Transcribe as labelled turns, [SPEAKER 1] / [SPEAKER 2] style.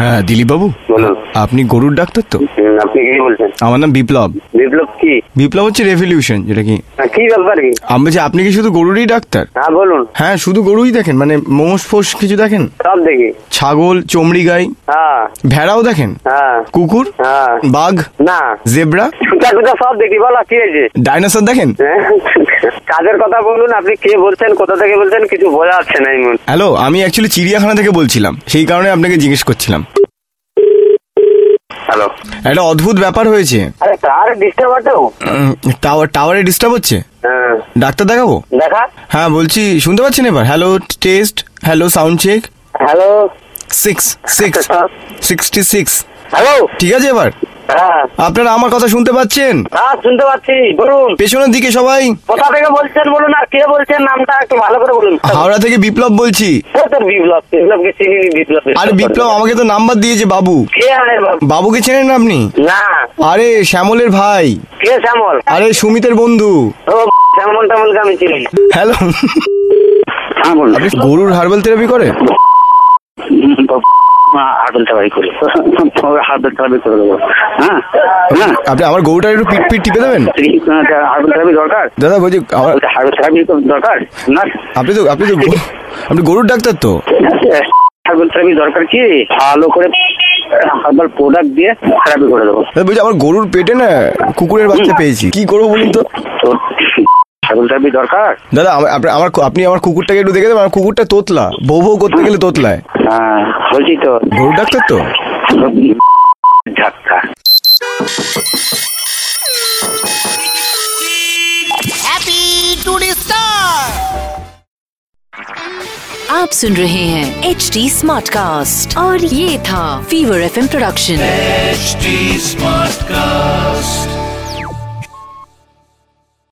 [SPEAKER 1] হ্যাঁ দিলীপবাবু
[SPEAKER 2] বলুন।
[SPEAKER 1] আপনি গরুর ডাক্তার তো
[SPEAKER 2] হুম, আপনি কি বলছেন
[SPEAKER 1] আমার নাম বিপ্লব
[SPEAKER 2] বিপ্লব কি
[SPEAKER 1] বিপ্লব হচ্ছে রেভলিউশন যেটা কি
[SPEAKER 2] হ্যাঁ, কি ব্যাপার কি
[SPEAKER 1] আমি বলছি আপনি কি শুধু গরুরই ডাক্তার
[SPEAKER 2] হ্যাঁ বলুন
[SPEAKER 1] হ্যাঁ শুধু গরুই দেখেন মানে মোষ ফোষ কিছু দেখেন
[SPEAKER 2] সব দেখি
[SPEAKER 1] ছাগল চমড়ি গাই
[SPEAKER 2] হ্যাঁ
[SPEAKER 1] ভেড়াও দেখেন
[SPEAKER 2] হ্যাঁ
[SPEAKER 1] কুকুর
[SPEAKER 2] হ্যাঁ।
[SPEAKER 1] বাঘ
[SPEAKER 2] না
[SPEAKER 1] জেব্রা
[SPEAKER 2] ছুটা টুটা সব দেখি বলো কি হয়েছে
[SPEAKER 1] ডাইনোসর দেখেন
[SPEAKER 2] হ্যাঁ? কাজের কথা বলুন আপনি কে বলছেন কোথা থেকে বলছেন কিছু বোঝা যাচ্ছে না ইমন
[SPEAKER 1] হ্যালো আমি অ্যাকচুয়ালি চিড়িয়াখানা থেকে বলছিলাম সেই কারণে আপনাকে জিজ্ঞেস করছিলাম
[SPEAKER 2] হ্যালো
[SPEAKER 1] একটা অদ্ভুত ব্যাপার হয়েছে
[SPEAKER 2] আরে তার ডিস্টার্ব আটো
[SPEAKER 1] উম, টাওয়ার টাওয়ারে ডিস্টার্ব হচ্ছে
[SPEAKER 2] হ্যাঁ
[SPEAKER 1] ডাক্তার দেখাবো
[SPEAKER 2] দেখা
[SPEAKER 1] হ্যাঁ বলছি শুনতে পাচ্ছেন এবার hello test hello sound check
[SPEAKER 2] hello
[SPEAKER 1] six six sixty six
[SPEAKER 2] hello
[SPEAKER 1] ঠিক আছে এবার
[SPEAKER 2] হ্যাঁ
[SPEAKER 1] আপনারা আমার কথা শুনতে পাচ্ছেন
[SPEAKER 2] হ্যাঁ শুনতে পাচ্ছি বলুন
[SPEAKER 1] পেছনের দিকে সবাই
[SPEAKER 2] কোথা থেকে বলছেন বলুন আর কে বলছেন নামটা একটু ভালো করে বলুন
[SPEAKER 1] হাওড়া থেকে বিপ্লব বলছি
[SPEAKER 2] ও তোর বিপ্লব বিপ্লবকে চিনি বিপ্লব
[SPEAKER 1] আরে বিপ্লব আমাকে তো নাম্বার দিয়েছে বাবু
[SPEAKER 2] কে আরে বাবা?
[SPEAKER 1] বাবুকে চেনেন না আপনি
[SPEAKER 2] না
[SPEAKER 1] আরে শ্যামলের ভাই
[SPEAKER 2] কে শ্যামল
[SPEAKER 1] আরে সুমিতের বন্ধু
[SPEAKER 2] ও শ্যামল টামলকে আমি চিনি
[SPEAKER 1] হ্যালো আপনি গরুর হার্বাল থেরাপি করে
[SPEAKER 3] হার্বেল চাপাই করি তোমাকে হার্বেল চাপাই করে দেবো হ্যাঁ হ্যাঁ
[SPEAKER 1] আপনি আমার গরুটার একটু পিট পিট টিপে দেবেন
[SPEAKER 3] হার্বেল চাপাই দরকার
[SPEAKER 1] দাদা বলছি আমার
[SPEAKER 3] হার্বেল চাপাই দরকার না
[SPEAKER 1] আপনি তো আপনি তো গরু- আপনি গরুর ডাক্তার তো
[SPEAKER 3] হার্বেল চাপাই দরকার কি ভালো করে হার্বাল প্রোডাক্ট দিয়ে থেরাপি করে দেবো
[SPEAKER 1] দাদা বলছি আমার গরুর পেটে না কুকুরের বাচ্চা পেয়েছি কি করবো বলুন তো
[SPEAKER 3] তো হার্বেল চাপাই দরকার
[SPEAKER 1] দাদা আমা- আপনি- আমার কু- আপনি আমার কুকুরটাকে একটু দেখে দেবেন আমার কুকুরটা তোতলা বউ বউ করতে গেলে তোতলায়
[SPEAKER 3] হ্যাঁ বলছি তো
[SPEAKER 1] গরুর ডাক্তার তো
[SPEAKER 3] ঝাক্কা
[SPEAKER 4] Happy to the star!
[SPEAKER 5] आप सुन रहे हैं एच डी स्मार्ट कास्ट और ये था fever F production
[SPEAKER 6] HD Smartcast.